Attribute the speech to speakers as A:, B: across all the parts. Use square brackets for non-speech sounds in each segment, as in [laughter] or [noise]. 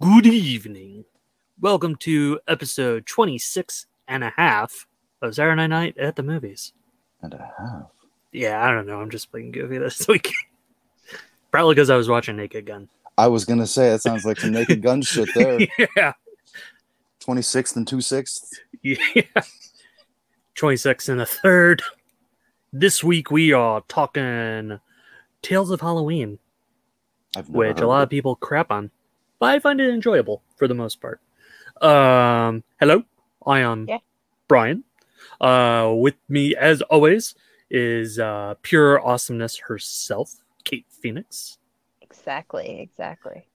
A: Good evening. Welcome to episode 26 and a half of Saturday Night at the Movies.
B: and a half.
A: Yeah, I don't know. I'm just playing goofy this [laughs] week. Probably because I was watching Naked Gun. [laughs]
B: I was gonna say that sounds like some naked gun [laughs] shit there.
A: yeah.
B: Twenty sixth and two sixths.
A: Yeah. 26 and a third. This week we are talking Tales of Halloween,
B: I've never
A: which
B: heard
A: a lot of
B: it.
A: people crap on, but I find it enjoyable for the most part. Um, hello, I am
C: Yeah.
A: Brian. Uh, with me, as always, is uh, pure awesomeness herself, Kate Phoenix,
C: Exactly, exactly.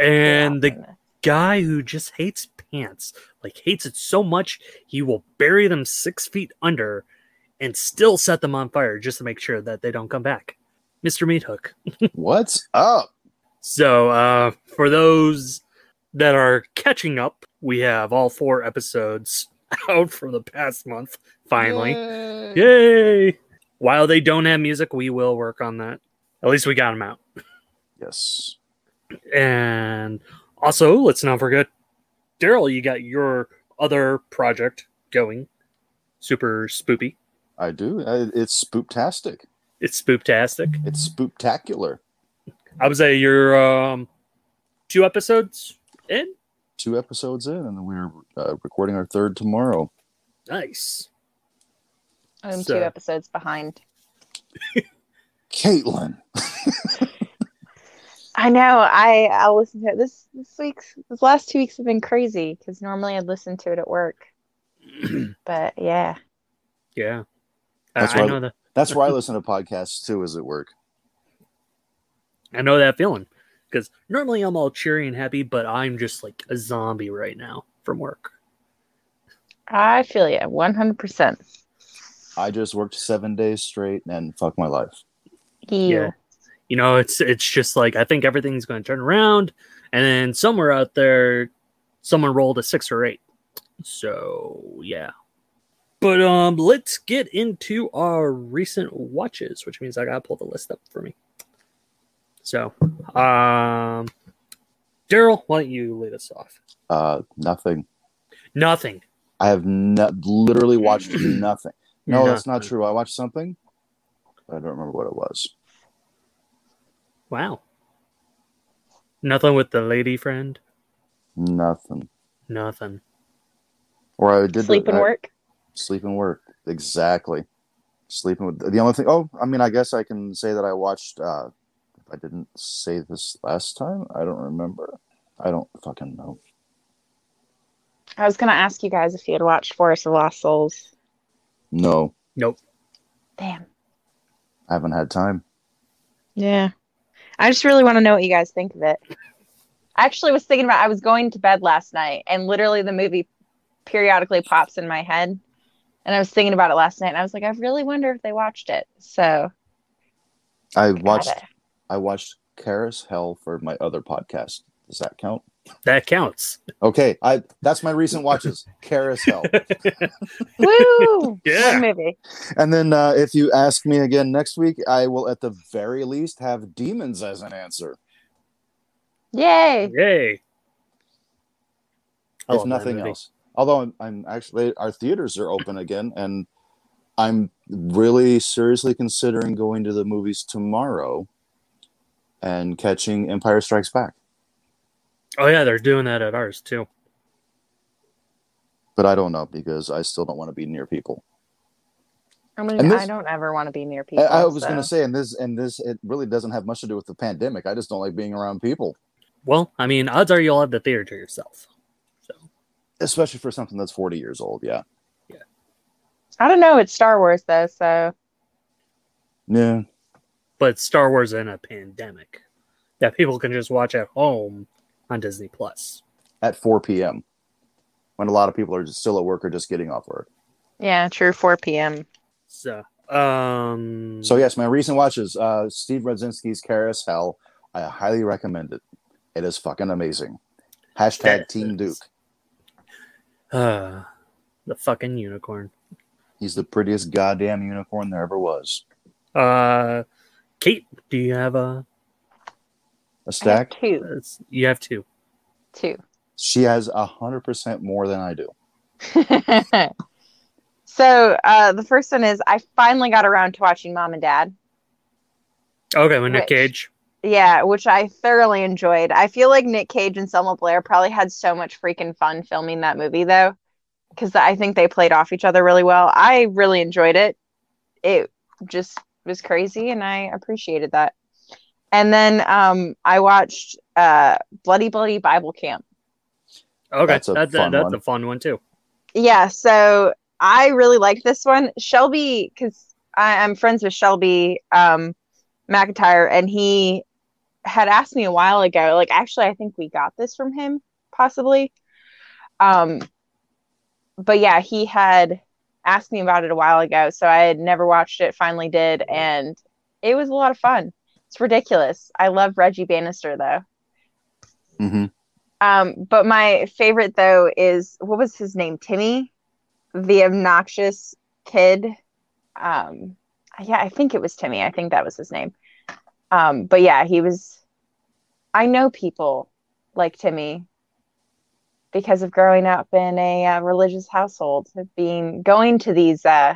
A: and the
C: Yeah, and, uh,
A: guy who just hates pants, like hates it so much he will bury them six feet under and still set them on fire just to make sure that they don't come back. Mr. Meat Hook.
B: What's up?
A: So uh for those that are catching up, we have all four episodes [laughs] out from the past month, finally.
C: Yay.
A: Yay! While they don't have music, we will work on that. At least we got them out.
B: Yes.
A: And also, let's not forget, Daryl, you got your other project going. Super spoopy.
B: I do. I- It's spooptastic.
A: It's spooptastic.
B: It's spooptacular.
A: I would say you're um, two episodes in.
B: Two episodes in, and we're uh, recording our third tomorrow.
A: Nice.
C: I'm
A: So-
C: two episodes behind.
B: Caitlin,
C: I know. I I'll listen to it. this this week's this last two weeks have been crazy because normally I'd listen to it
A: [clears throat]
C: at work. but yeah,
A: Yeah. I-
B: That's
A: I,
B: why-
A: know that.
B: that's where I listen to podcasts too. Is at work.
A: I know that feeling because normally I'm all cheery and happy, but I'm just like a zombie right now from work.
C: I feel you 100. percent
B: I just worked seven days straight and fuck my life.
A: Yeah. you know it's it's just like i think everything's going to turn around and then somewhere out there someone rolled a six or eight so yeah but um let's get into our recent watches which means i gotta pull the list up for me so um daryl why don't you lead us off
B: Uh, nothing.
A: nothing
B: I have not literally watched nothing. No, that's not
A: Nothing.
B: true. I watched something, but I don't remember what it was.
A: wow nothing with the lady friend
B: Nothing.
A: nothing
B: Or I did
C: Sleep
B: the,
A: uh,
C: and
B: I-
C: work.
B: Sleep and work. Exactly. Sleeping with the only thing. Oh, I mean, I guess I can say that I watched. uh I didn't say this last time. I don't remember. I don't fucking know.
C: I was gonna ask you guys if you had watched Forest of Lost Souls.
B: No,
C: Damn.
B: I haven't had time.
C: Yeah. I just really want to know what you guys think of it. I actually was thinking about I was going to bed last night and literally the movie periodically pops in my head. And I was thinking about it last night and I was like, I really wonder if they watched it. So
B: I
C: I
B: watched. [laughs]
C: gotta-
B: I watched Caris Hell for my other podcast. Does that count?
A: that counts
B: Okay, I that's my recent watches. Caris Hell.
C: Woo!
A: Yeah.
C: Good movie.
B: And then uh, if you ask me again next week, I will at the very least have demons as an answer.
C: Yay.
A: yay I
B: if
A: love that
B: nothing
A: movie.
B: else. Although I'm, I'm actually our theaters are open again, and I'm really seriously considering going to the movies tomorrow and catching Empire Strikes Back.
A: Oh yeah, they're doing that at ours too.
B: But I don't know because I still don't want to be near people.
C: I mean,
B: And this-
C: I don't ever want to be near
B: I,
C: people.
B: I was going to
C: so-
B: say, and this and this, it really doesn't have much to do with the pandemic. I just don't like being around people,
A: Well, I mean, odds are you'll have the theater to yourself. So
B: especially for something that's forty years old. Yeah,
C: I don't know. It's Star Wars though, so
B: yeah.
A: but Star Wars in a pandemic that people can just watch at home on Disney Plus.
B: At four p.m. when a lot of people are just still at work or just getting off work.
C: yeah, true. 4 p.m.
A: So um
B: So yes, my recent watches, uh, Steve Rodzinski's Caris Hell. I highly recommend it. It is fucking amazing. Hashtag
A: That
B: Team
A: is-
B: Duke.
A: uh the fucking unicorn.
B: He's the prettiest goddamn unicorn there ever was.
A: Uh Kate, do you have a
B: A
C: I have
B: stack?
C: two.
A: it's- you have two.
C: too.
B: She has a hundred percent more than I do.
C: [laughs] so uh, the first one is I finally got around to watching Mom and Dad.
A: Okay, with Nick
C: Which-
A: Cage.
C: Yeah, which I thoroughly enjoyed. I feel like Nick Cage and Selma Blair probably had so much freaking fun filming that movie though, because I think they played off each other really well. I really enjoyed it. It just was crazy, and I appreciated that. And then um, I watched uh, Bloody Bloody Bible Camp.
A: Okay,
B: That's
A: that's
B: a
A: a,
B: fun
A: that's
B: one.
A: a fun one too.
C: yeah so i really like this one shelby because i'm friends with shelby um mcintyre and he had asked me a while ago like actually i think we got this from him possibly um but yeah he had asked me about it a while ago so i had never watched it finally did and it was a lot of fun it's ridiculous i love reggie bannister though
B: Mm-hmm.
C: um, but my favorite though is what was his name? Timmy, the obnoxious kid. Um, yeah, I think it was Timmy. I think that was his name. Um, but yeah, he was. I know people like Timmy because of growing up in a uh, religious household, of being going to these uh,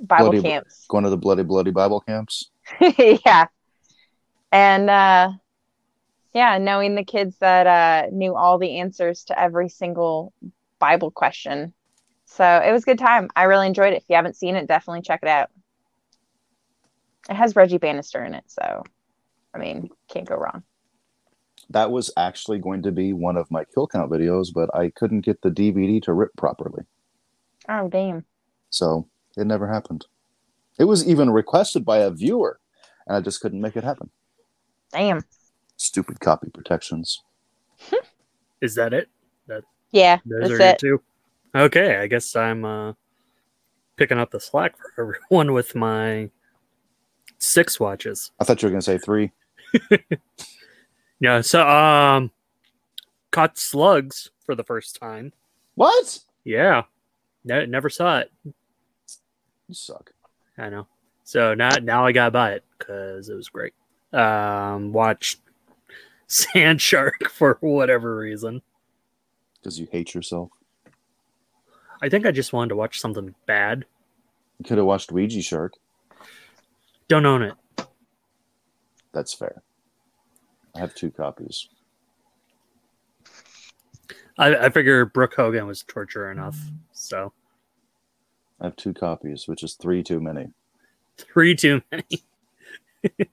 C: Bible
B: Bloody-
C: camps.
B: Going to the bloody bloody Bible camps.
C: [laughs] yeah. And uh yeah, knowing the kids that uh knew all the answers to every single Bible question. So it was a good time. I really enjoyed it. If you haven't seen it, definitely check it out. It has Reggie Bannister in it, so I mean, can't go wrong.
B: That was actually going to be one of my kill count videos, but I couldn't get the DVD to rip properly,
C: Oh damn.
B: so it never happened. It was even requested by a viewer, and I just couldn't make it happen.
C: Damn.
B: Stupid copy protections.
A: Is that it?
C: Yeah,
A: Those
C: that's
A: are
C: it.
A: your two. Okay, I guess I'm uh, picking up the slack for [laughs] everyone with my six watches.
B: I thought you were going to say three.
A: Yeah, so um, caught slugs for the first time.
B: What?
A: Yeah, ne- never saw it.
B: You suck.
A: I know. So now now I gotta buy it because it was great. Um, watched [laughs] Sand Shark [laughs] for whatever reason.
B: Because you hate yourself.
A: I think I just wanted to watch something bad.
B: You could have watched Ouija Shark.
A: Don't own it.
B: That's fair. I have two copies.
A: I, I figure Brooke Hogan was torture enough. So
B: I have two copies, which is three too many.
A: three too many. [laughs]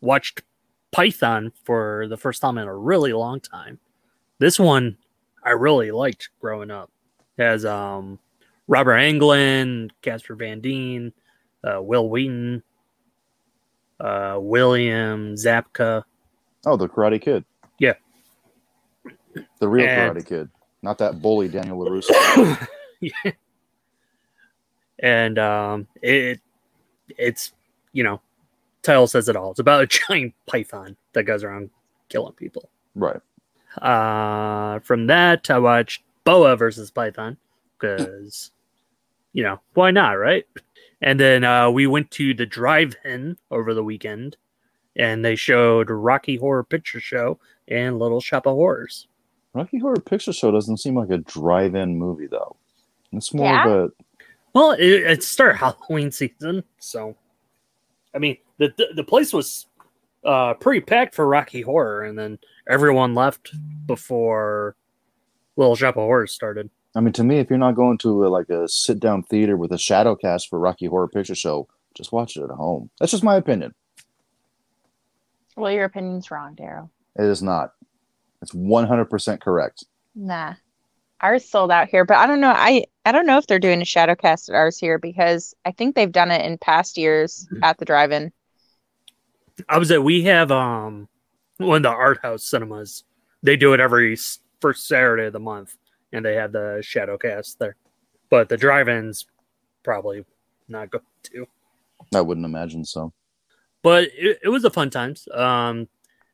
A: Watched Python for the first time in a really long time. This one I really liked growing up. It has um Robert Englund, Casper Van Dien, uh, Will Wheaton, uh, William Zapka.
B: Oh, the Karate Kid.
A: Yeah.
B: The real
A: And-
B: Karate Kid, not that bully Daniel LaRusso.
A: Yeah. [laughs] And um, it it's you know title says it all. It's about a [laughs] giant python that goes around killing people.
B: right.
A: Uh, from that, I watched Boa versus Python because, you know, why not, right? And then uh, we went to the drive-in over the weekend, and they showed Rocky Horror Picture Show and Little Shop of Horrors.
B: Rocky Horror Picture Show doesn't seem like a drive-in movie though. It's more of
A: Well, it, it's start Halloween [laughs] season, so I mean the the, the place was uh, pretty packed for Rocky Horror, and then everyone left before Little Shop of Horrors started.
B: a. I mean, to me, if you're not going to a, like a sit-down theater with a shadow cast for Rocky Horror Picture Show, just watch it at home. That's just my opinion.
C: Well, your opinion's wrong, Daryl.
B: It is not. It's 100% correct.
C: Nah. Ours sold out here, but I don't know. I I don't know if they're doing a shadow cast at ours here because I think they've done it in past years
B: Mm-hmm.
C: at the drive-in.
A: I was at we have um one of the art house cinemas. They do it every s- first Saturday of the month, and they have the shadow cast there. But the drive-ins probably not going to.
B: I wouldn't imagine so.
A: But it, it was a fun times. Um,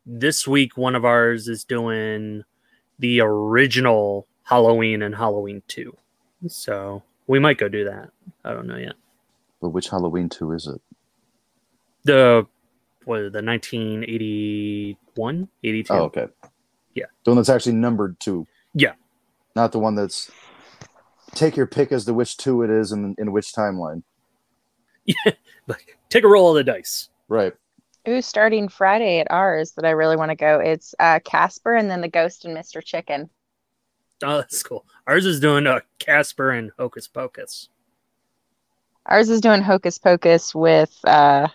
A: this week one of ours is doing the original Halloween and Halloween two, so we might go do that. I don't know yet.
B: But which Halloween 2 is it?
A: The what the 1981 82
B: Oh, okay.
A: Yeah.
B: The one that's actually numbered two.
A: Yeah.
B: Not the one that's take your pick as to which two it is and in which timeline.
A: Take a roll of the dice.
B: Right.
C: Ooh, starting Friday at ours that I really want to go. It's uh, Casper and then the Ghost and Mr. Chicken.
A: Oh, that's cool. Ours is doing uh, Casper and Hocus Pocus.
C: Ours is doing Hocus Pocus with uh,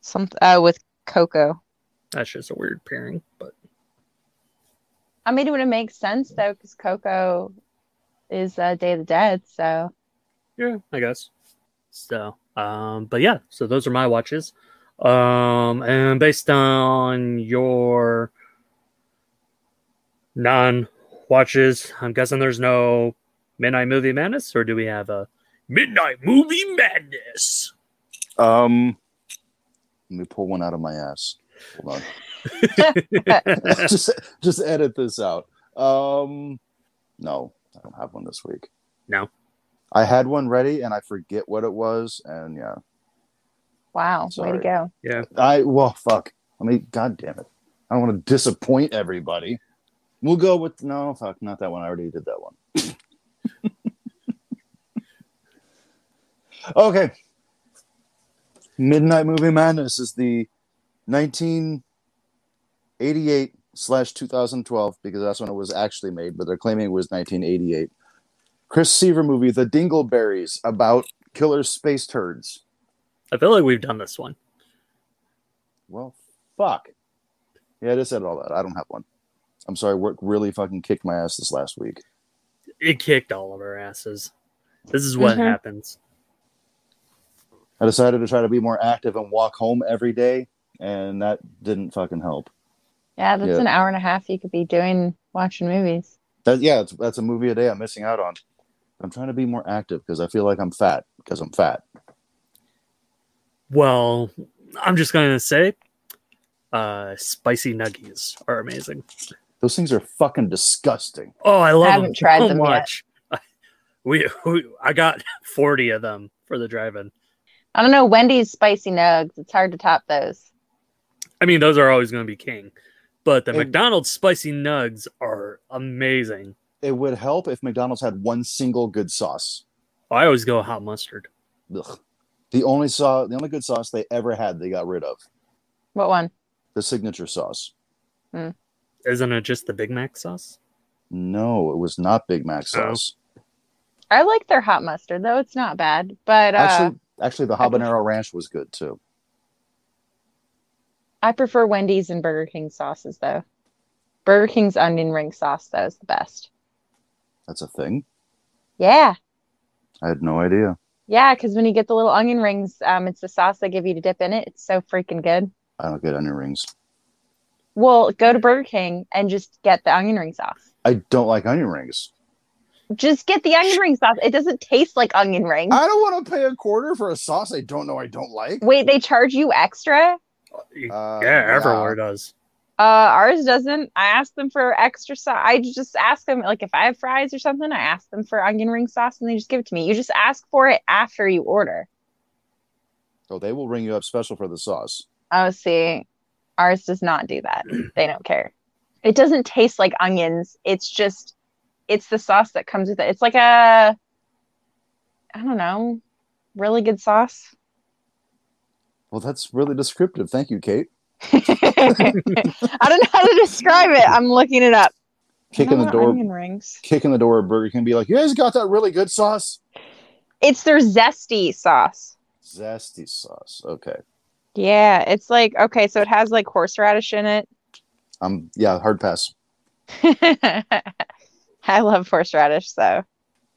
C: some uh, with Coco.
A: That's just a weird pairing, but
C: I mean, it would make sense though because Coco is uh, Day of the Dead, so
A: yeah, I guess. So, um, but yeah, so those are my watches. Um, and based on your non watches, I'm guessing there's no Midnight Movie Madness, or do we have a Midnight Movie Madness?
B: Um, let me pull one out of my ass. Hold on. [laughs] just just edit this out. Um, no, I don't have one this week.
A: No.
B: I had one ready and I forget what it was. And yeah,
C: wow, way
B: Sorry.
C: to go.
B: I well fuck. I mean, god damn it. I don't want to disappoint everybody. We'll go with no fuck, not that one. I already did that one. [laughs] okay. Midnight Movie Madness is the 1988 slash 2012 because that's when it was actually made, but they're claiming it was 1988. Chris Seaver movie, The Dingleberries, about killer space turds.
A: I feel like we've done this one.
B: Well, fuck. Yeah, I just said all that. I don't have one. I'm sorry. Work really fucking kicked my ass this last week.
A: It kicked all of our asses. This is what
C: Mhm.
A: happens.
B: I decided to try to be more active and walk home every day, and that didn't fucking help.
C: Yeah, that's
B: Yeah.
C: an hour and a half you could be doing watching movies.
B: That yeah, that's, that's a movie a day I'm missing out on. I'm trying to be more active because I feel like I'm fat because I'm fat.
A: Well, I'm just gonna say, uh, spicy nuggies are amazing.
B: Those things are fucking disgusting.
A: Oh, I love
C: haven't
A: them
C: tried
A: so
C: them yet.
A: much. [laughs] We, we, I got 40 of them for the drive-in.
C: I don't know Wendy's spicy nugs. It's hard to top those.
A: I mean, those are always going to be king, but the
B: And-
A: McDonald's spicy nugs are amazing.
B: It would help if McDonald's had one single good sauce.
A: I always go hot mustard.
B: Ugh. The only sauce, the only good sauce they ever had, they got rid of
C: What one?
B: the signature sauce.
A: Isn't it just the Big Mac sauce?
B: No, it was not Big Mac sauce.
C: I like their hot mustard though. It's not bad, but uh,
B: actually, actually, the
C: I prefer-
B: habanero ranch was good too.
C: I prefer Wendy's and Burger King sauces though. Burger King's onion ring sauce though is the best.
B: That's a thing.
C: Yeah,
B: I had no idea.
C: yeah, because when you get the little onion rings, um, it's the sauce they give you to dip in it. It's so freaking good.
B: I don't get onion rings.
C: Well, go to Burger King and just get the onion ring sauce.
B: I don't like onion rings.
C: Just get the onion ring sauce. It doesn't taste like onion rings.
B: I don't want to pay a quarter for a sauce I don't know I don't like.
C: Wait, they charge you extra?
B: Uh,
A: yeah, everywhere does.
C: Uh, ours doesn't. I asked them for extra sauce. I just ask them, like, if I have fries or something, I ask them for onion ring sauce and they just give it to me. You just ask for it after you order.
B: So Oh, they will ring you up special for the sauce.
C: Oh, see, ours does not
B: [clears throat]
C: do that. They don't care. It doesn't taste like onions. It's just, it's the sauce that comes with it. It's like a, I don't know, really good sauce. [laughs]
B: Well, that's really descriptive. Thank you, Kate.
C: I don't know how to describe it. I'm looking it up.
B: Kick in
C: I
B: the
C: want
B: door.
C: Onion rings.
B: Kick in the door of Burger King. Be like, you guys got that really good sauce.
C: It's their zesty sauce.
B: Zesty sauce. Okay.
C: Yeah, it's like okay, so it has like horseradish in it. [laughs]
B: Um. Yeah. Hard pass.
C: I love horseradish, so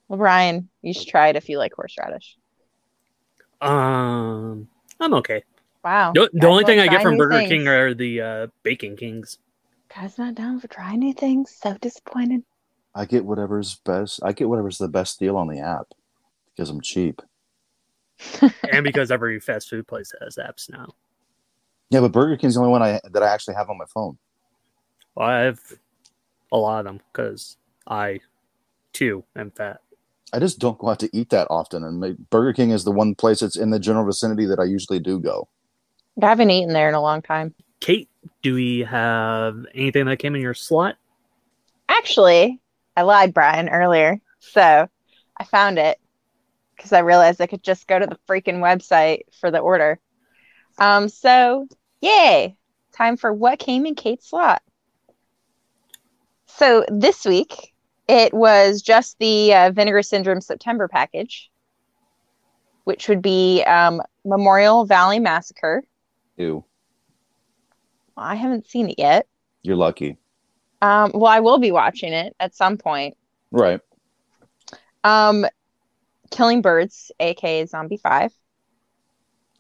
C: well, Brian, you should try it if you like horseradish.
A: Um, I'm okay.
C: Wow.
A: No- the
C: Guys
A: only
C: love
A: thing I get
C: trying
A: from
C: Oh, new
A: Burger
C: things.
A: King are the uh, bacon kings.
C: guys not down for trying new things. So disappointed.
B: I get whatever's best. I get whatever's the best deal on the app because I'm cheap.
A: and because every [laughs] fast food place has apps now.
B: Yeah, but Burger King's the only one I that I actually have on my phone.
A: Well, I have a lot of them because I too am fat.
B: I just don't go out to eat that often, and ma- Burger King is the one place that's in the general vicinity that I usually do go.
C: I haven't eaten there in a long time.
A: Kate, do we have anything that came in your slot?
C: Actually, I lied, Brian, earlier. So I found it because I realized I could just go to the freaking website for the order. Um, so, yay! Time for what came in Kate's slot. So this week, it was just the uh, Vinegar Syndrome September package, which would be um, Memorial Valley Massacre.
B: Ew.
C: I haven't seen it yet.
B: You're lucky.
C: Um, well, I will be watching it at some point.
B: Right.
C: Um, Killing Birds, aka Zombie Five,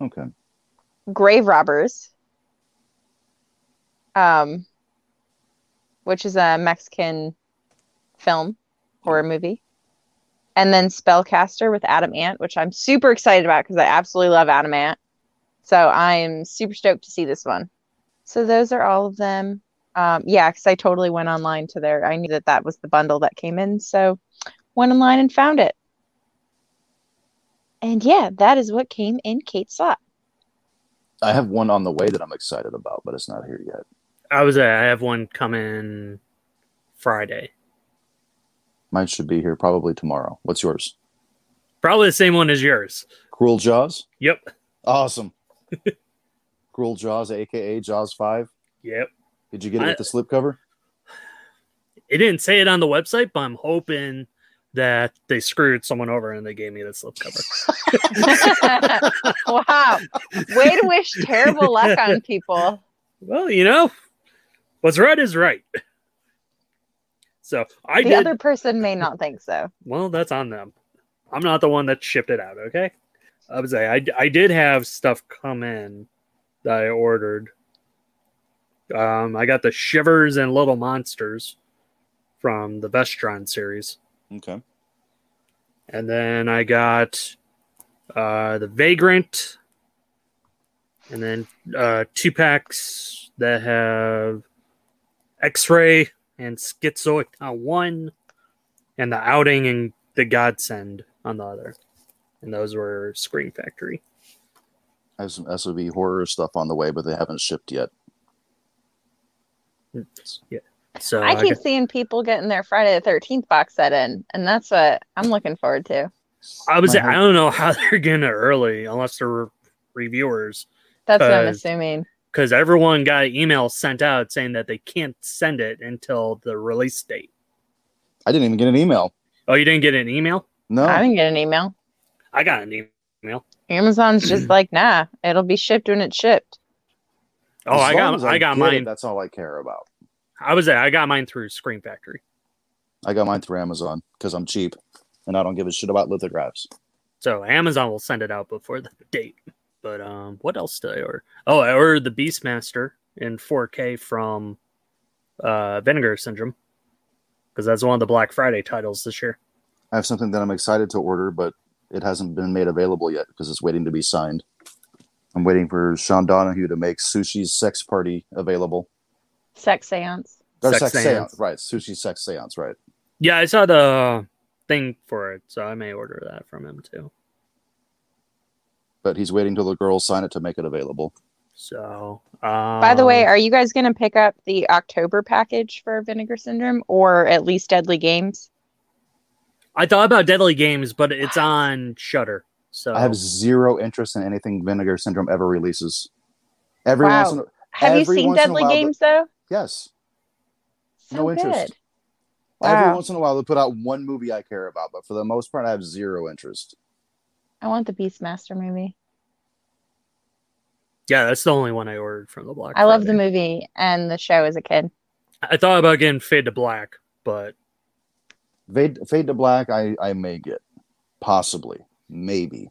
B: Okay.
C: Grave Robbers, um, which is a Mexican film horror movie, and then Spellcaster with Adam Ant, which I'm super excited about because I absolutely love Adam Ant. So I'm super stoked to see this one. So those are all of them. Um, yeah, because I totally went online to their. I knew that that was the bundle that came in, so went online and found it. And yeah, that is what came in Kate's slot.
B: I have one on the way that I'm excited about, but it's not here yet.
A: I was. Uh, I have one coming Friday.
B: Mine should be here probably tomorrow. What's yours?
A: Probably the same one as yours.
B: Cruel Jaws?
A: Yep. [laughs]
B: Awesome. Cruel Jaws, aka Jaws 5.
A: Yep.
B: Did you get it
A: I-
B: with the slipcover?
A: It didn't say it on the website, but I'm hoping that they screwed someone over and they gave me the slipcover.
C: wow. Way to wish terrible luck
A: [laughs]
C: on people.
A: Well, you know, what's right is right. So I
C: the
A: did.
C: other person may not think so.
A: Well, that's on them. I'm not the one that shipped it out. Okay. I would say I, I did have stuff come in that I ordered. Um, I got the Shivers and Little Monsters from the Vestron series.
B: Okay.
A: And then I got uh, the Vagrant. And then uh, two packs that have X Ray and Schizoid on one, and the Outing and the Godsend on the other. And those were Screen Factory.
B: I have some SOB horror stuff on the way, but they haven't shipped yet.
A: Mm, So
C: I
A: I
C: keep
A: got-
C: seeing people getting their Friday the 13th box set in, and that's what I'm looking forward to.
A: I was
B: My
A: I don't know how [laughs] they're getting it early unless they're reviewers
C: That's what I'm
A: Uh,
C: assuming.
A: because everyone got an email sent out saying that they can't send it until the release date.
B: I didn't even get an email.
A: Oh, you didn't get an email?
B: No.
C: I didn't get an email.
A: I got an email.
C: Amazon's
A: [clears throat]
C: just like, nah, it'll be shipped when it's shipped.
A: Oh,
B: As
A: I
B: long
A: got
B: as
A: I, got
B: get it,
A: mine.
B: that's all I care about.
A: I was I got mine through Screen Factory.
B: I got mine through Amazon because I'm cheap and I don't give a shit about lithographs.
A: So Amazon will send it out before the [laughs] date. But um what else did I order? Oh, I ordered the Beastmaster in 4K from uh Vinegar Syndrome. Because that's one of the Black Friday titles this year.
B: I have something that I'm excited to order, but it hasn't been made available yet because it's waiting to be signed. I'm waiting for Sean Donahue to make Sushi's Sex Party available.
C: Sex seance.
B: Or
A: Sex
B: sex,
A: Seance.
B: seance. right? Sushi Sex Seance, right?
A: Yeah, I saw the thing for it, so I may order that from him too.
B: But he's waiting till the girls sign it to make it available.
A: So um,
C: By the way, are you guys going to pick up the October package for Vinegar Syndrome or at least Deadly Games?
A: I thought about Deadly Games, but it's on Shutter. So
B: I have zero interest in anything Vinegar Syndrome ever releases. Every
C: Wow.
B: once in a,
C: Have you
B: Every
C: seen
B: once in a
C: Deadly
B: while,
C: Games though?
B: yes,
C: So
B: no interest.
C: good.
B: Every
C: Wow.
B: once in a while, they put out one movie I care about, but for the most part, I have zero interest.
C: I want the Beastmaster movie.
A: yeah, that's the only one I ordered from the Black.
C: I love the
A: Friday.
C: movie and the show as a kid.
A: I thought about getting Fade to Black, but
B: Fade, Fade to Black, I, I may get, possibly, maybe,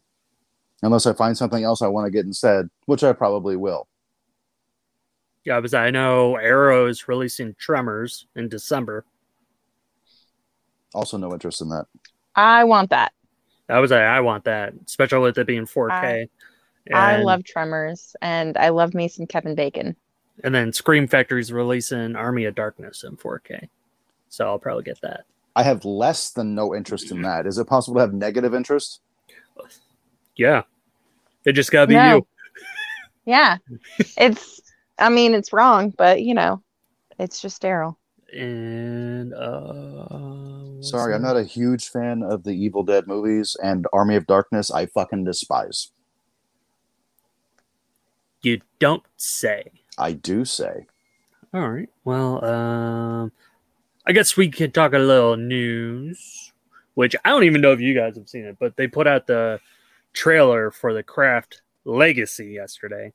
B: unless I find something else I want to get instead, which I probably will.
A: yeah, because I know Arrow is releasing Tremors in December.
B: Also, no interest in that.
C: I want that.
A: I was like, I want that, especially with it being 4K. k
C: I love Tremors and I love me some Kevin Bacon.
A: and then Scream Factory's releasing Army of Darkness in 4K, so I'll probably get that.
B: I have less than no interest in that. Is it possible to have negative interest?
A: Yeah, it just gotta be
C: No.
A: you. [laughs]
C: Yeah. it's I mean, it's wrong, but you know, it's just Daryl.
A: And uh, what's
B: Sorry, I'm
A: that?
B: not a huge fan of the Evil Dead movies and Army of Darkness. I fucking despise.
A: You don't say.
B: I do say.
A: All right. Well, um, I guess we could talk a little news, which I don't even know if you guys have seen it, but they put out the trailer for the Craft Legacy yesterday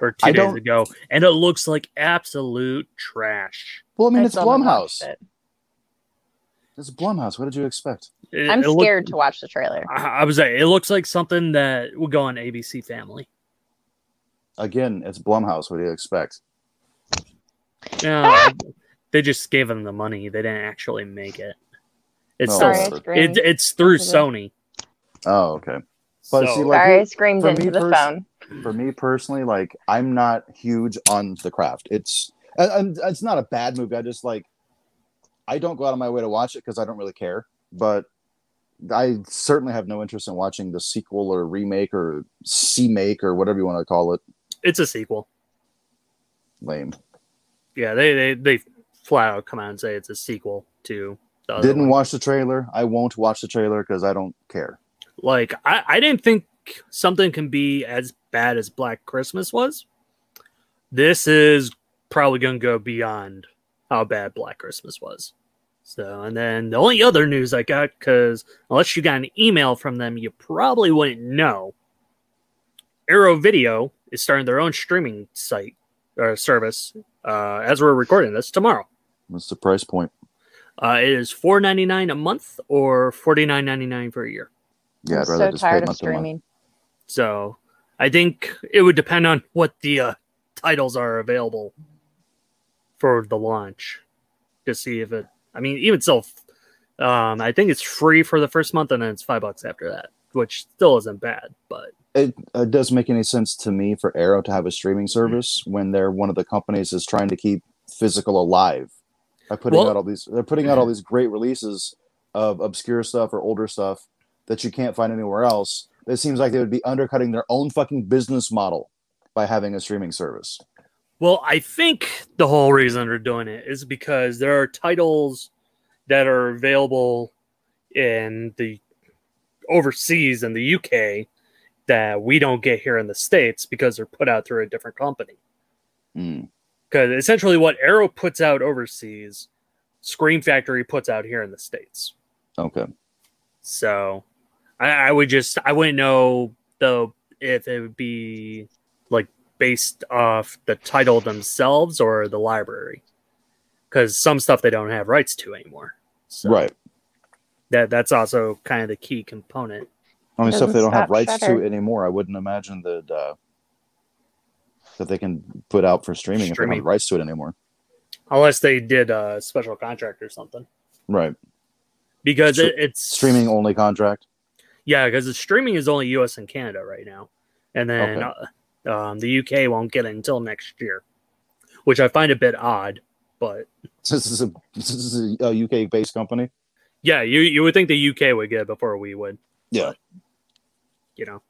A: or two
B: I
A: days
B: don't-
A: ago, and it looks like absolute trash.
B: Well, I mean, it's
C: still haven't
B: Blumhouse.
C: watched it.
B: It's Blumhouse. What did you expect?
A: It-
C: I'm
A: it look-
C: scared to watch the trailer.
A: I, I was like, it looks like something that would go on ABC Family.
B: Again, it's Blumhouse. What do you expect?
C: Ah!
A: Yeah, they just gave them the money. They didn't actually make it. It's
B: No,
A: still,
C: Sorry, I
B: it-
A: it,
C: screamed.
A: it's through
C: Is it?
A: Sony.
B: Oh, okay. But
A: so-
B: see, like-
C: Sorry, I screamed
B: for me
C: into the
B: pers-
C: phone.
B: For me personally, like I'm not huge on the craft. It's and- and it's not a bad movie. I just like I don't go out of my way to watch it because I don't really care. But I certainly have no interest in watching the sequel or remake or C make or whatever you want to call it.
A: it's a sequel.
B: Lame.
A: Yeah, they they they flat out come out and say it's a sequel to the other
B: Didn't
A: one.
B: watch the trailer. I won't watch the trailer because I don't care.
A: like I, I didn't think something can be as bad as Black Christmas was. This is probably gonna go beyond how bad Black Christmas was. So and then the only other news I got, because unless you got an email from them, you probably wouldn't know. Arrow Video is starting their own streaming site or service uh, as we're recording this tomorrow.
B: What's the price point?
A: Uh, it is four ninety nine a month or forty nine ninety nine per year.
B: Yeah,
C: I'm
B: I'd rather
C: so
B: just pay
C: tired of
B: month to month.
C: streaming.
A: So I think it would depend on what the uh, titles are available for the launch to see if it. I mean, even so, um, I think it's free for the first month and then it's five bucks after that, which still isn't bad. But
B: It, it doesn't make any sense to me for Arrow to have a
A: Hmm.
B: streaming service when they're one of the companies that's trying to keep physical alive by putting
A: Well-
B: out all these. They're putting out all these great releases of obscure stuff or older stuff that you can't find anywhere else. It seems like they would be undercutting their own fucking business model by having a streaming service.
A: Well, I think the whole reason they're doing it is because there are titles that are available in the overseas in the UK that we don't get here in the States because they're put out through a different company. Hmm.
B: Mm.
A: Because essentially, what Arrow puts out overseas, Scream Factory puts out here in the States.
B: Okay.
A: So I, I would just I wouldn't know though if it would be like based off the title themselves or the library. Because some stuff they don't have rights to anymore. So
B: Right.
A: That that's also kind of the key component.
B: Only stuff they
C: Doesn't
B: don't have
C: stop
B: rights
C: Shudder.
B: to anymore. I wouldn't imagine that uh, that they can put out for streaming, if they don't
A: Streaming.
B: have rights to it anymore.
A: Unless they did a special contract or something.
B: Right.
A: Because
B: Str-
A: it, it's
B: Streaming only contract.
A: Yeah, because the streaming is only U.S. and Canada right now, and then
B: Okay.
A: uh, um, the U.K. won't get it until next year, which I find a bit odd. But
B: This is a this is a, UK based company.
A: yeah, you you would think the U.K. would get it before we would.
B: Yeah.
A: You know,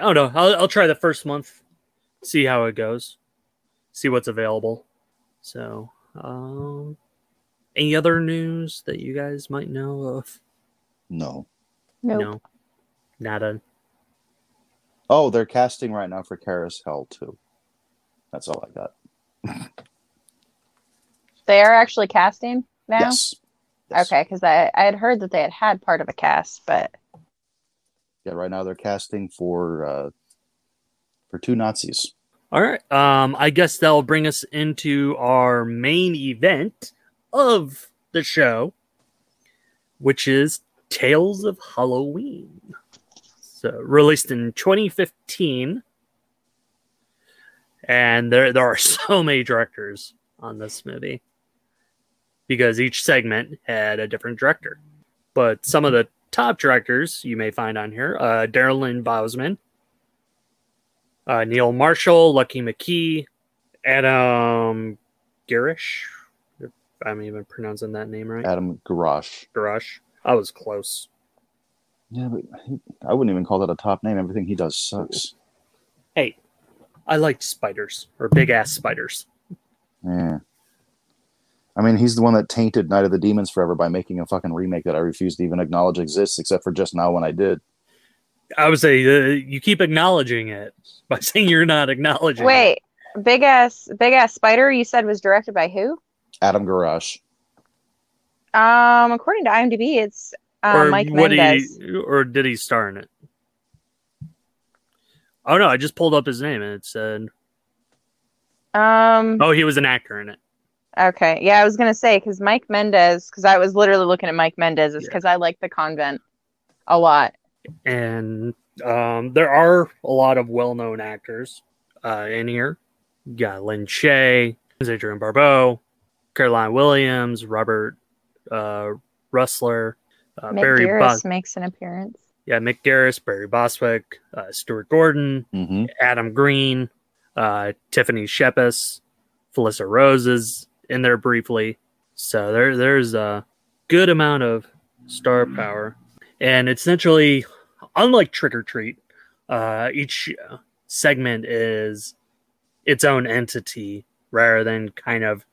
A: I don't know. I'll, I'll try the first month, see how it goes, see what's available. So, um, any other news that you guys might know of?
B: No.
C: Nope.
A: No, not a
B: Oh, they're casting right now for Karis Hell too. That's all I got.
C: They are actually casting now.
B: Yes. Yes.
C: Okay, because I I had heard that they had had part of a cast, but
B: Yeah. Right now they're casting for uh, for two Nazis.
A: All right. Um, I guess that'll bring us into our main event of the show, which is Tales of Halloween. So released in 2015. And there there are [laughs] so many directors on this movie. Because each segment had a different director. But some of the top directors you may find on here, uh Darren Lynn Bowsman, uh, Neil Marshall, Lucky McKee, Adam Garish. If I'm even pronouncing that name right.
B: Adam Garage.
A: Garish. I was close.
B: Yeah, but he, I wouldn't even call that a top name. Everything he does sucks.
A: I liked spiders or big ass spiders.
B: Yeah. I mean, he's the one that tainted Night of the Demons forever by making a fucking remake that I refuse to even acknowledge exists, except for just now when I did.
A: I would say uh, you keep acknowledging it [laughs] by saying you're not acknowledging. it.
C: Wait, big ass big ass spider you said was directed by who?
B: Adam Garage.
C: Um, according to IMDb, it's uh, Mike
A: what
C: Mendez.
A: he or did he star in it? Oh no, I just pulled up his name and it said,
C: Um,
A: "Oh, he was an actor in it." Oh.
C: okay, yeah, I was gonna say because Mike Mendez, because I was literally looking at Mike Mendez, is
A: Yeah.
C: because I like the convent a lot.
A: and um, there are a lot of well-known actors uh, in here. You got Lin Shay, Adrian Barbeau, Caroline Williams, Robert uh, Rustler, uh,
C: Mick
A: Barry
C: Garris
A: Bos-
C: makes an appearance.
A: yeah, Mick Garris, Barry Boswick, uh, Stuart Gordon,
B: Mm-hmm.
A: Adam Green, uh, Tiffany Shepis, Felissa Rose is in there briefly. So there, there's a good amount of star power. And essentially, unlike Trick or Treat, uh, each segment is its own entity rather than kind of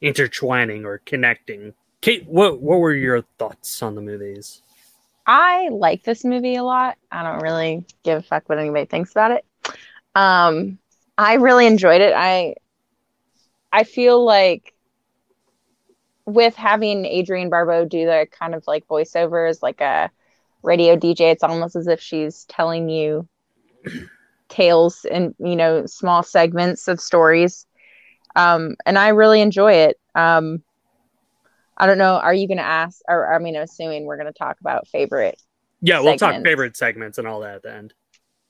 A: intertwining or connecting. Kate, what, what were your thoughts on the movies?
C: I like this movie a lot. I don't really give a fuck what anybody thinks about it. Um, I really enjoyed it. I I feel like with having Adrienne Barbeau do the kind of like voiceovers, like a radio DJ, it's almost as if she's telling you tales and you know small segments of stories. Um, and I really enjoy it. Um, I don't know. Are you going to ask? Or I mean, I'm assuming we're going to talk about favorite.
A: Yeah, we'll talk
C: Segments.
A: favorite segments and all that at the end.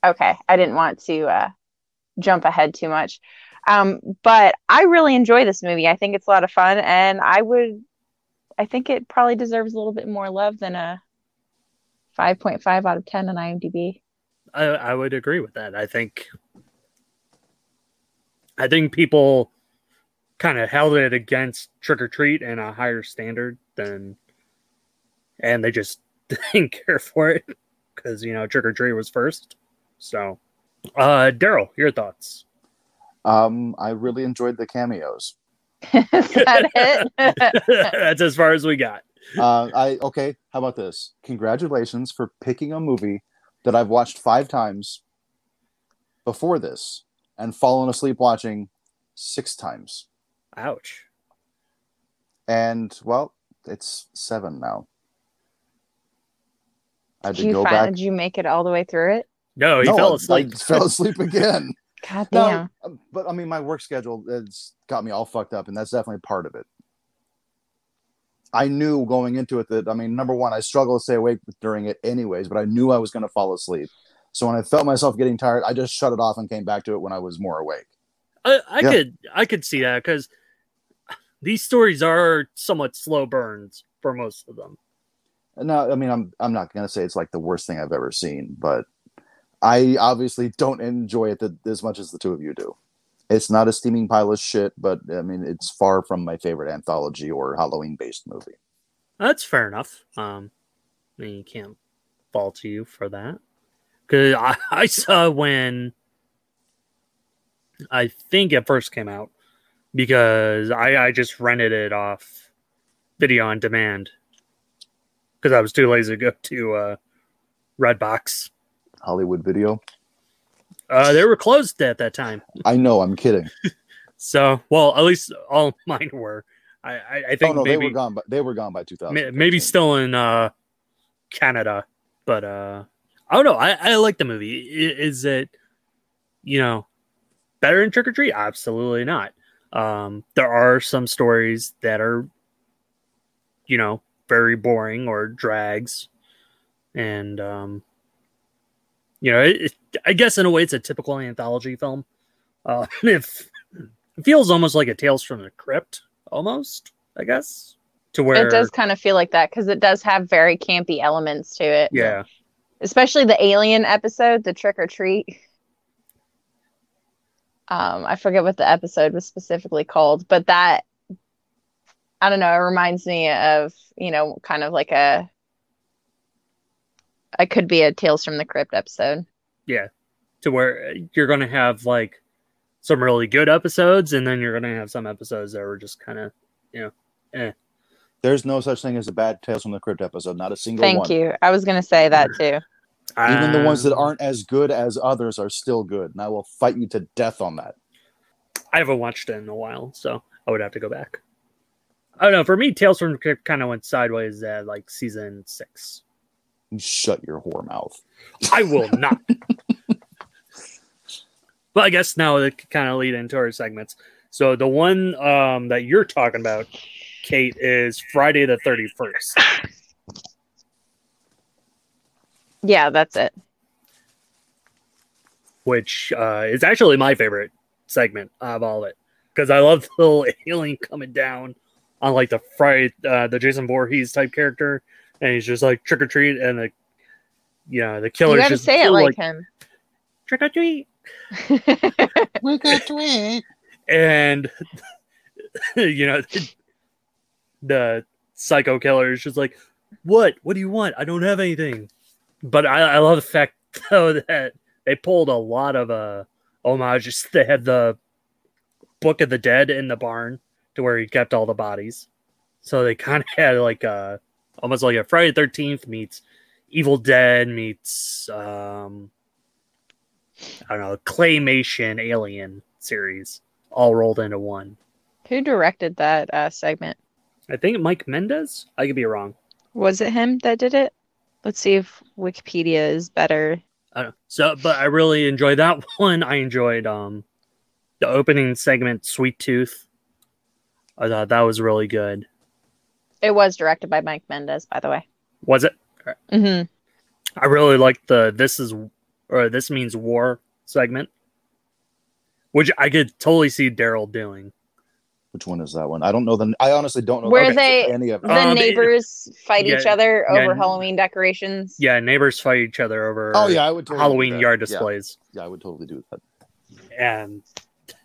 C: Okay, I didn't want to uh, jump ahead too much, um, but I really enjoy this movie. I think it's a lot of fun, and I would, I think it probably deserves a little bit more love than a 5.5 out of 10 on IMDb. [laughs]
A: I, I would agree with that. I think I think people kind of held it against Trick or Treat in a higher standard than, and they just [laughs] didn't care for it because you know Trick or Treat was first. So, uh, Daryl, your thoughts? [laughs]
B: Um, I really enjoyed the cameos.
A: [laughs]
C: Is that it?
A: That's as far as we got.
B: Uh, I okay. How about this? Congratulations for picking a movie that I've watched five times before this and fallen asleep watching six times.
A: Ouch.
B: And well, it's seven now. I had
C: did
B: to
C: you
B: go
C: find?
B: back.
C: Did you make it all the way through it?
A: No, he
B: No,
A: Oh, fell
B: I-
A: asleep.
B: I fell asleep again.
C: God
B: No,
C: damn.
B: um, but I mean, my work schedule has got me all fucked up, and that's definitely part of it. I knew going into it that I mean, number one, I struggle to stay awake during it, anyways. But I knew I was going to fall asleep, so when I felt myself getting tired, I just shut it off and came back to it when I was more awake.
A: I, I
B: Yeah.
A: could I could see that because these stories are somewhat slow burns for most of them.
B: And now, I mean, I'm I'm not going to say it's like the worst thing I've ever seen, but I obviously don't enjoy it th- as much as the two of you do. It's not a steaming pile of shit, but I mean, it's far from my favorite anthology or Halloween-based movie.
A: That's fair enough. Um, I mean, you can't fault you for that. Because I, [laughs] I saw when I think it first came out because I, I just rented it off video on demand because I was too lazy to go [laughs] to uh, Redbox.
B: Hollywood Video.
A: Uh, they were closed at that time.
B: I know, I'm kidding.
A: So, well, at least all [laughs] mine were. I, I, I think
B: Oh no,
A: maybe
B: they were gone. By, they were gone by 2000.
A: Ma- maybe still in uh canada but uh i don't know i, I like the movie I- is it you know better in trick-or-treat absolutely not um there are some stories that are you know very boring or drags and um you know it, it, i guess in a way it's a typical anthology film uh [laughs] if it feels almost like a tales from the crypt almost i guess to where
C: It does kind of feel like that because it does have very campy elements to it.
A: Yeah.
C: especially the alien episode, the trick or treat. Um, I forget what the episode was specifically called, but that I don't know, it reminds me of, you know, kind of like a it could be a Tales from the Crypt episode.
A: to where you're going to have like some really good episodes, and then you're going to have some episodes that were just kind of
B: There's no such thing as a bad Tales from the Crypt episode. Not a single
C: Thank
B: one.
C: you. I was gonna say that too.
B: Even the ones that aren't as good as others are still good, and I will fight you to death on that.
A: I haven't watched it in a while, so I would have to go back. I don't know. For me, Tales from the Crypt kind of went sideways at like season six.
B: You shut your whore mouth.
A: I will not. but I guess now it could kind of lead into our segments. So the one um, that you're talking about, Kate, is Friday the 31st.
C: Yeah, that's it.
A: which uh, is actually my favorite segment of all of it because I love the little [laughs] alien coming down on like the Friday, uh, the Jason Voorhees type character, and he's just like trick or treat, and the you know the
C: You
A: killer's
C: gotta
A: just
C: say it
A: still,
C: like
A: trick or treat,
C: him.
B: We got to
A: and [laughs] you know the, the psycho killer is just like, what? What do you want? I don't have anything. But I, I love the fact [laughs] though that they pulled a lot of uh homages. [laughs] They had the Book of the Dead in the barn to where he kept all the bodies. So they kind of [laughs] had like a almost like a Friday Thirteenth meets Evil Dead meets um I don't know claymation alien series all rolled into one.
C: Who directed that uh, segment?
A: I think Mike Mendez. I could be wrong.
C: Was it him that did it? Let's see if Wikipedia is better.
A: I don't know. So, but I really enjoyed that [laughs] one. I enjoyed um the opening segment, Sweet Tooth. I thought that was really good.
C: It was directed by Mike Mendez, by the way.
A: Was it?
C: hmm
A: I really liked the "This is" or "This means war" segment, which I could totally see Daryl doing.
B: Which one is that one? I don't know the. I honestly don't know. the
C: Where
B: names of
C: they-
B: any of them.
A: Uh,
C: The
A: Um,
C: neighbors fight each
A: yeah,
C: other
A: yeah,
C: over
A: n-
C: Halloween decorations.
A: Yeah, neighbors fight each other over
B: oh yeah, I would. Totally do
A: Halloween
B: that.
A: yard
B: Yeah,
A: displays,
B: Yeah, I would totally do that.
A: and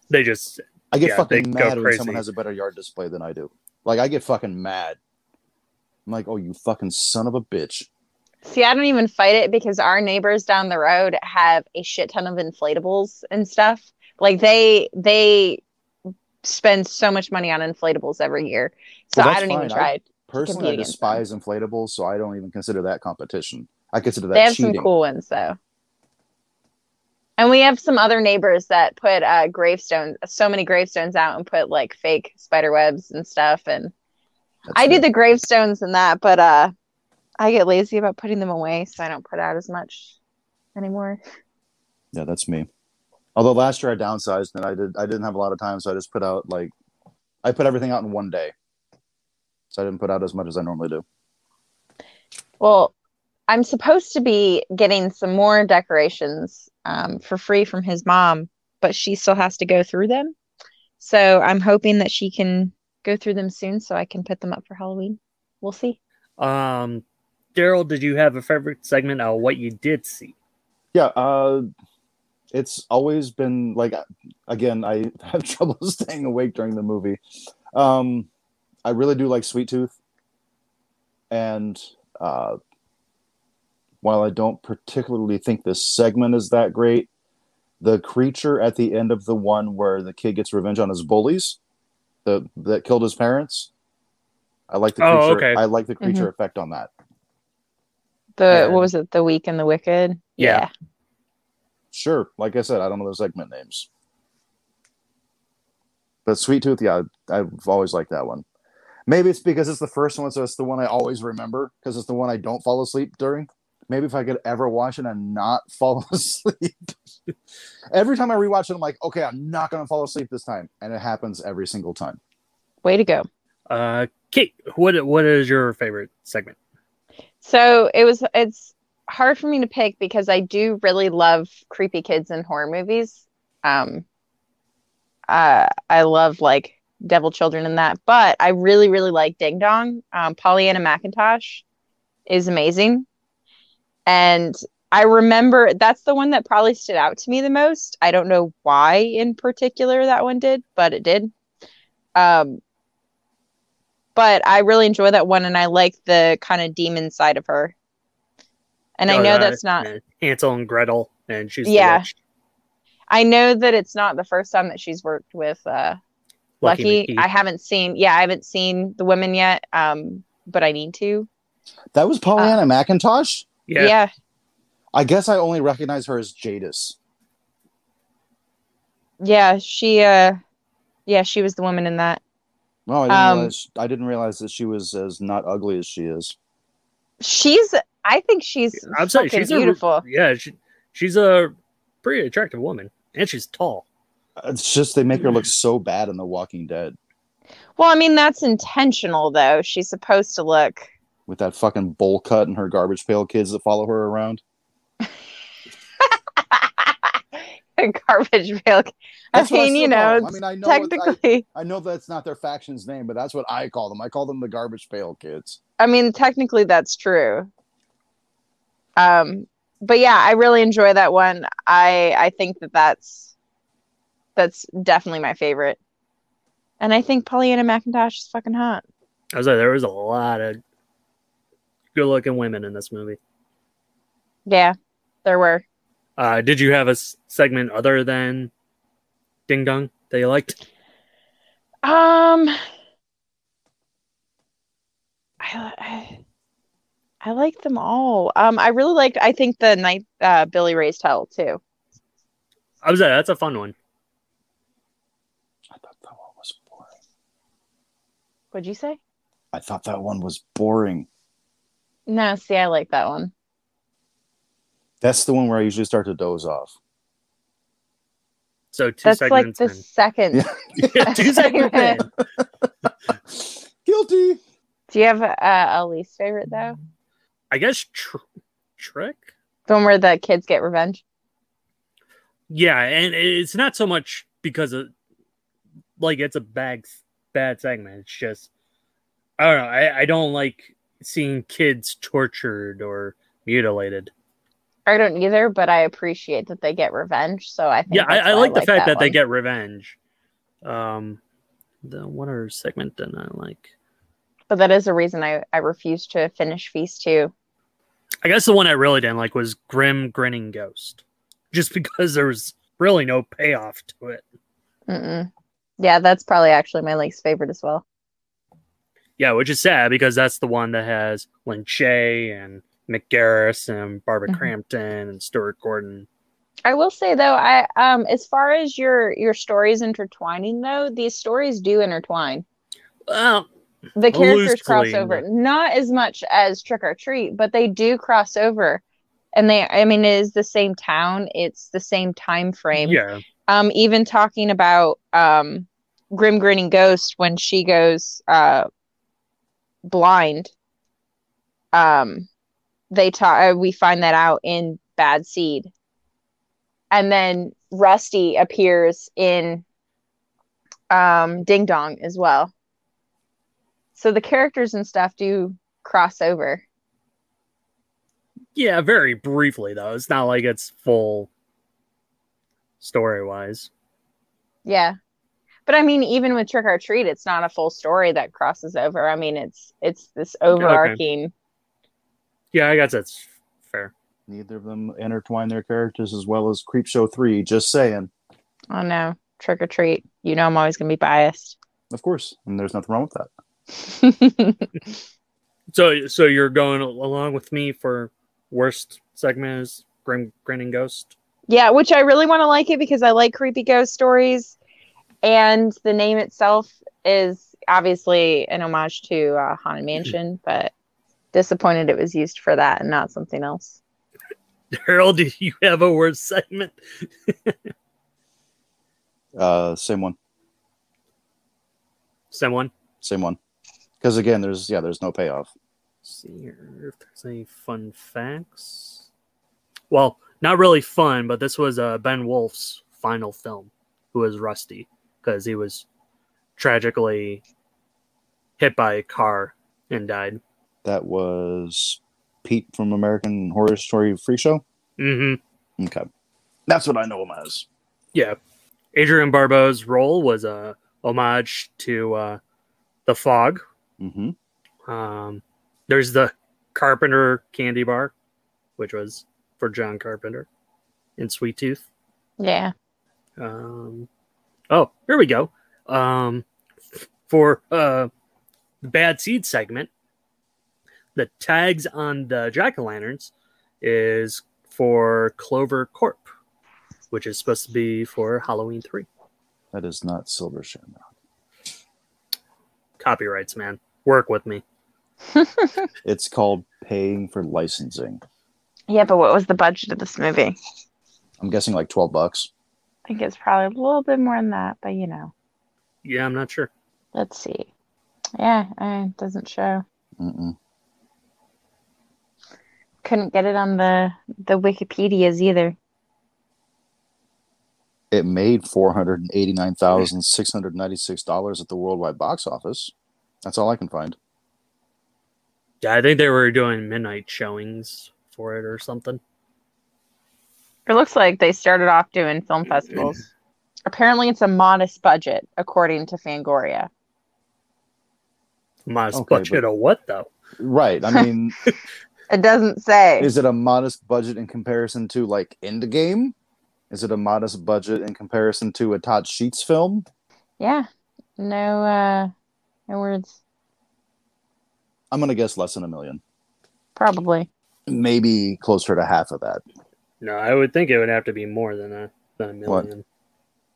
A: they just
B: I get
A: Yeah, they
B: fucking
A: go
B: mad when
A: crazy.
B: someone has a better yard display than I do. Like I get fucking mad. I'm like, oh, you fucking son of a bitch.
C: See, I don't even fight it because our neighbors down the road have a shit ton of inflatables and stuff. Like they they spend so much money on inflatables every year. So
B: Well,
C: I
B: that's
C: don't even
B: fine.
C: try.
B: Personally, I
C: against
B: despise inflatables, so I don't even consider that competition. I consider that
C: they have
B: cheating.
C: some cool ones though. And we have some other neighbors that put uh, gravestones, so many gravestones out and put like fake spider webs and stuff. And
B: That's
C: I do
B: it.
C: the gravestones and that, but uh, I get lazy about putting them away, so I don't put out as much anymore.
B: Yeah, that's me. Although last year I downsized and I did I didn't have a lot of time, so I just put out like I put everything out in one day. So I didn't put out as much as I normally do.
C: Well, I'm supposed to be getting some more decorations um, for free from his mom, but she still has to go through them. So I'm hoping that she can go through them soon so I can put them up for Halloween. We'll see.
A: um. Daryl, did you have a favorite segment of what you did see?
B: Yeah, uh it's always been like again, I [laughs] have trouble staying awake during the movie. Um I really do like Sweet Tooth. And uh while I don't particularly think this segment is that great, the creature at the end of the one where the kid gets revenge on his bullies, the that killed his parents. I like the creature.
A: Oh, okay.
B: I like the creature effect on that.
C: The
A: Uh,
C: what was it? The Weak and the Wicked.
A: Yeah.
B: Sure. Like I said, I don't know the segment names. But Sweet Tooth, yeah, I've always liked that one. Maybe it's because it's the first one, so it's the one I always remember because it's the one I don't fall asleep during. Maybe if I could ever watch it and not [laughs] fall asleep. every time I rewatch it, I'm like, okay, I'm not going to fall asleep this time. And it happens every single time.
C: Way to go.
A: Uh, Kate, what what is your favorite segment?
C: So it was it's hard for me to pick because I do really love creepy kids and horror movies. Um uh I love like Devil Children and that, but I really, really like Ding Dong. Um Pollyanna McIntosh is amazing. And I remember that's the one that probably stood out to me the most. I don't know why in particular that one did, but it did. Um but I really enjoy that one and I like the kind of demon side of her. And I
A: Oh,
C: know
A: yeah,
C: that's not
A: uh, Hansel and Gretel, and she's
C: Yeah.
A: the witch.
C: I know that it's not the first time that she's worked with uh, Lucky.
A: McGee.
C: I haven't seen. Yeah, I haven't seen the women yet. Um, but I need to.
B: That was Pollyanna McIntosh.
A: yeah.
C: yeah.
B: I guess I only recognize her as Jadis.
C: Yeah, she uh yeah, she was the woman in that.
B: No, I didn't,
C: Um,
B: realize, I didn't realize that she was as not ugly as she is.
C: She's I think she's
A: I'm sorry,
C: fucking
A: she's a-
C: beautiful.
A: Yeah, she, she's a pretty attractive woman, and she's tall.
B: It's just they make her look so bad in The Walking Dead
C: well, I mean that's intentional though. She's supposed to look [laughs]
B: with that fucking bowl cut and her garbage pail kids that follow her around.
C: garbage milk. I
B: That's what
C: mean,
B: still
C: you know,
B: call them. I mean, I know what- I-
C: technically
B: I know that's not their faction's name, but that's what I call them. I call them the garbage pail kids.
C: I mean technically that's true. Um but yeah, I really enjoy that one. I I think that that's that's definitely my favorite. And I think Pollyanna McIntosh is fucking hot.
A: I was like, there was a lot of good-looking women in this movie.
C: Yeah, there were.
A: Uh, did you have a s- segment other than Ding Dong that you liked?
C: Um, I, I I like them all. Um, I really liked. I think the night uh, Billy raised hell too.
A: I was like, that's a fun one.
B: I thought that one was boring.
C: Would you say?
B: I thought that one was boring.
C: No, see, I like that one.
B: That's the one where I usually start to doze off.
A: So two
C: That's like
A: segments
C: the second.
B: Yeah.
A: in. Yeah, two segments in.
B: [laughs]
C: [laughs]
B: Guilty.
C: Do you have uh, a least favorite though?
A: I guess tr- Trick?
C: The one where the kids get revenge.
A: Yeah, and it's not so much because of like it's a bad bad segment. It's just I don't know. I, I don't like seeing kids tortured or mutilated.
C: I don't either, but I appreciate that they get revenge. So I think
A: Yeah, I,
C: Oh, that's
A: I
C: why
A: like the fact that, they
C: one.
A: get revenge. Um, the what other segment did I like?
C: But that is a reason I I refuse to finish Feast too.
A: I guess the one I really didn't like was Grim Grinning Ghost, just because there was really no payoff to it.
C: Mm-mm. Yeah, that's probably actually my least favorite as well.
A: Yeah, which is sad because that's the one that has Lin Che and McGarris and Barbara
C: Mhm.
A: Crampton and Stuart Gordon.
C: I will say though, I um as far as your your stories intertwining though, these stories do intertwine.
A: Well,
C: The characters
A: Loosely,
C: cross over, not as much as Trick or Treat, but they do cross over. And they, I mean, it is the same town. It's the same time frame.
A: yeah,
C: Um, even talking about um, Grim Grinning Ghost when she goes uh, blind. Um, they talk. Uh, we find that out in Bad Seed, and then Rusty appears in um, Ding Dong as well. So the characters and stuff do cross over.
A: yeah, very briefly though. It's not like it's full story wise.
C: Yeah. But I mean, even with Trick or Treat, it's not a full story that crosses over. I mean, it's it's this overarching.
A: Yeah, I guess that's fair.
B: Neither of them intertwine their characters as well as Creepshow 3. Just saying.
C: Oh no, Trick or Treat. You know, I'm always gonna be biased. [laughs]
B: Of course. And there's nothing wrong with that.
A: So, so you're going al- along with me for worst segment is Grim Grinning Ghost. [laughs]
C: yeah, which I really want to like it because I like creepy ghost stories, and the name itself is obviously an homage to uh, Haunted Mansion, but disappointed it was used for that and not something else.
A: Harold, do you have a worst segment?
B: Uh, same one.
A: Someone.
B: Same one. Because again, there's yeah, there's no payoff.
A: see here if there's any fun facts. Well, not really fun, but this was uh, Ben Wolf's final film, who was Rusty, because he was tragically hit by a car and died.
B: That was Pete from American Horror Story Free Show.
A: Mm-hmm.
B: Okay. That's what I know him as.
A: Yeah. Adrian Barbeau's role was a homage to uh, The Fog.
B: Mm-hmm.
A: Um, there's the Carpenter candy bar, which was for John Carpenter in Sweet Tooth.
C: Yeah,
A: Um, oh, here we go. Um, for uh, the bad seed segment, the tags on the jack o' lanterns is for Clover Corp, which is supposed to be for Halloween 3.
B: That is not Silver Shamrock.
A: Copyrights, man. Work with me.
B: It's called paying for licensing.
C: Yeah, but what was the budget of this movie?
B: I'm guessing like twelve bucks.
C: I think it's probably a little bit more than that, but you know,
A: Yeah, I'm not sure.
C: let's see. Yeah, uh, it doesn't show.
B: Mm-mm.
C: Couldn't get it on the the Wikipedia's either.
B: It made four hundred and eighty nine thousand six hundred ninety six dollars at the worldwide box office. That's all I can find.
A: Yeah, I think they were doing midnight showings for it or something.
C: It looks like they started off doing film festivals. Apparently, it's a modest budget, according to Fangoria.
A: Modest
B: Okay,
A: budget of what though?
B: Right. I mean,
C: It doesn't say.
B: is it a modest budget in comparison to like Endgame? Is it a modest budget in comparison to a Todd Sheets film?
C: yeah, no, uh, no words.
B: I'm gonna guess less than a million,
C: Probably. [laughs]
B: maybe closer to half of that.
A: No, I would think it would have to be more than a than a
B: What?
A: million.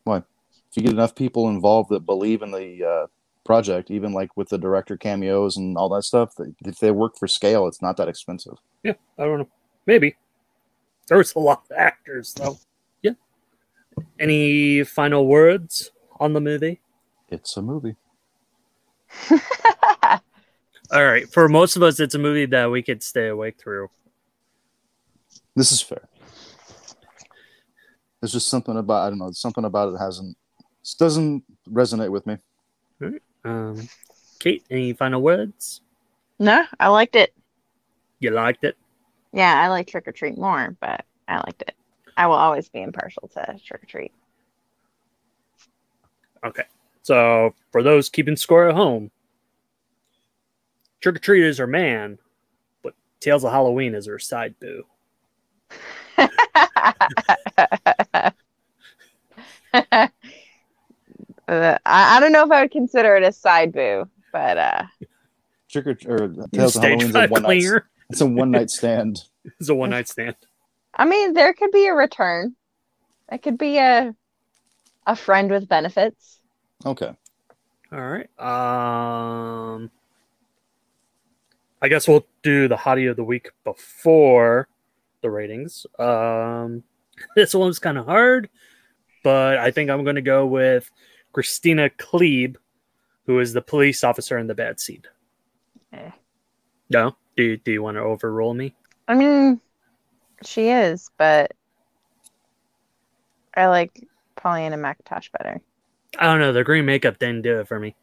B: if you get enough people involved that believe in the uh, project, even like with the director cameos and all that stuff, th- if they work for scale, it's not that expensive.
A: Yeah, I don't know. Maybe. There was a lot of actors though. Yeah. Any final words on the movie?
B: It's a movie.
A: All right. For most of us, it's a movie that we could stay awake through.
B: This is fair. There's just something about I don't know something about it hasn't just doesn't resonate with me.
A: Um, Kate, any final words?
C: no, I liked it.
A: You liked it?
C: Yeah, I like Trick or Treat more, but I liked it. I will always be impartial to Trick or Treat.
A: So, for those keeping score at home, trick or treaters are man, but Tales of Halloween is her side boo.
C: [laughs] uh, I, I don't know if I would consider it a side boo, but uh,
B: Trick or or Tales of
A: Stage
B: Halloween's a
A: five
B: one night.
A: cleaner
B: It's a one night stand.
A: [laughs] is a one night stand.
C: I mean, there could be a return. It could be a a friend with benefits.
B: Okay,
A: All right. Um, I guess we'll do the hottie of the week before the ratings. Um, [laughs] this one's kind of hard, but I think I'm going to go with Christina Klebe, who is the police officer in the bad seat.
C: Eh.
A: No, do do you want to overrule me?
C: I mean, she is, but I like Pollyanna McIntosh better.
A: I don't know. The green makeup didn't do it for me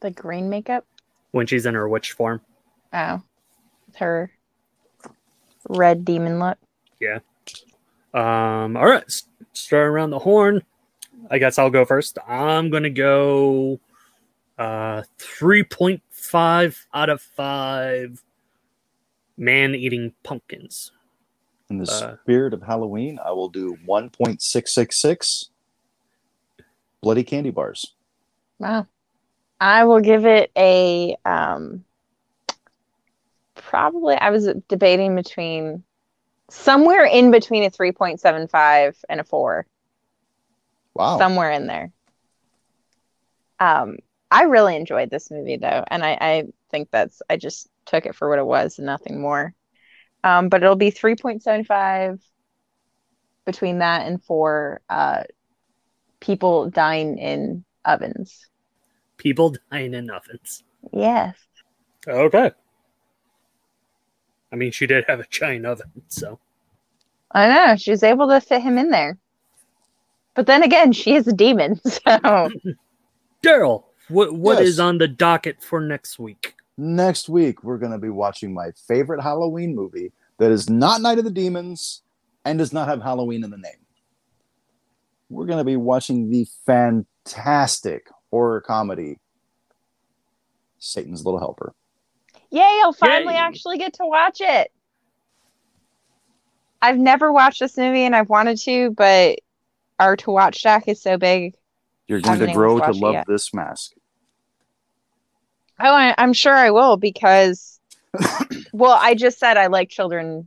C: The green makeup.
A: when she's in her witch form.
C: Oh, with her red demon look.
A: Um, all right, s- start around the horn. I guess I'll go first. I'm gonna go uh 3.5 out of 5 man eating pumpkins.
B: in the
A: Uh.
B: spirit of Halloween, I will do one point six six six. Bloody candy bars.
C: Wow. I will give it a um probably I was debating between somewhere in between a 3.75 and a 4,
B: Wow.
C: somewhere in there. Um I really enjoyed this movie though, and I I think that's I just took it for what it was and nothing more. Um but it'll be 3.75 between that and 4 uh people dying in ovens.
A: People dying in ovens.
C: Yes.
A: Okay. I mean, she did have a giant oven, so
C: I know she was able to fit him in there, but then again, she is a demon. [laughs] So
A: Daryl, what what is
B: Yes.
A: on the docket for next week?
B: next week we're going to be watching my favorite Halloween movie that is not Night of the Demons and does not have Halloween in the name. We're going to be watching the fantastic horror comedy Satan's Little Helper.
C: yay! I'll finally
A: Yay.
C: actually get to watch it. I've never watched this movie, and I've wanted to, but our to watch stack is so big.
B: You're going
C: Haven't
B: to
C: even
B: grow to
C: watched it
B: love
C: yet.
B: this mask.
C: Oh, I, I'm sure I will because, well, I just said I like children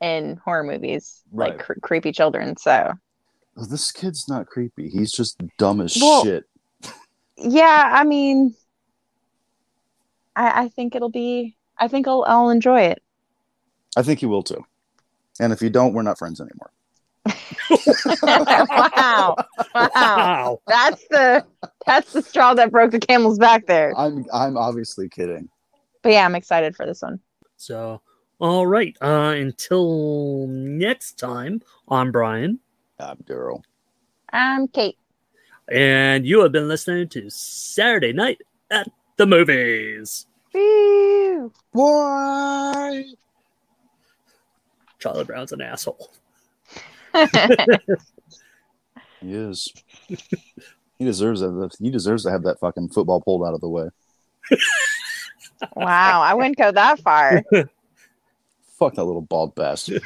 C: in horror movies,
B: Right.
C: like cre- creepy children. So
B: Oh, this kid's not creepy. He's just dumb as
C: Well-
B: shit.
C: yeah, I mean, I, I think it'll be. I think I'll, I'll enjoy it.
B: I think he will too. And if you don't, we're not friends anymore.
C: wow, wow,
A: Wow.
C: that's the that's the straw that broke the camel's back there.
B: I'm I'm obviously kidding.
C: But yeah, I'm excited for this one.
A: So, all right. Uh, until next time, I'm Brian,
B: I'm Daryl.
C: Um, Kate,
A: and you have been listening to Saturday Night at the Movies.
C: [laughs] Woo.
B: Why?
A: Charlie Brown's an asshole.
B: He is. he deserves that. He deserves to have that fucking football pulled out of the way.
C: wow, I wouldn't go that far.
B: Fuck that little bald bastard.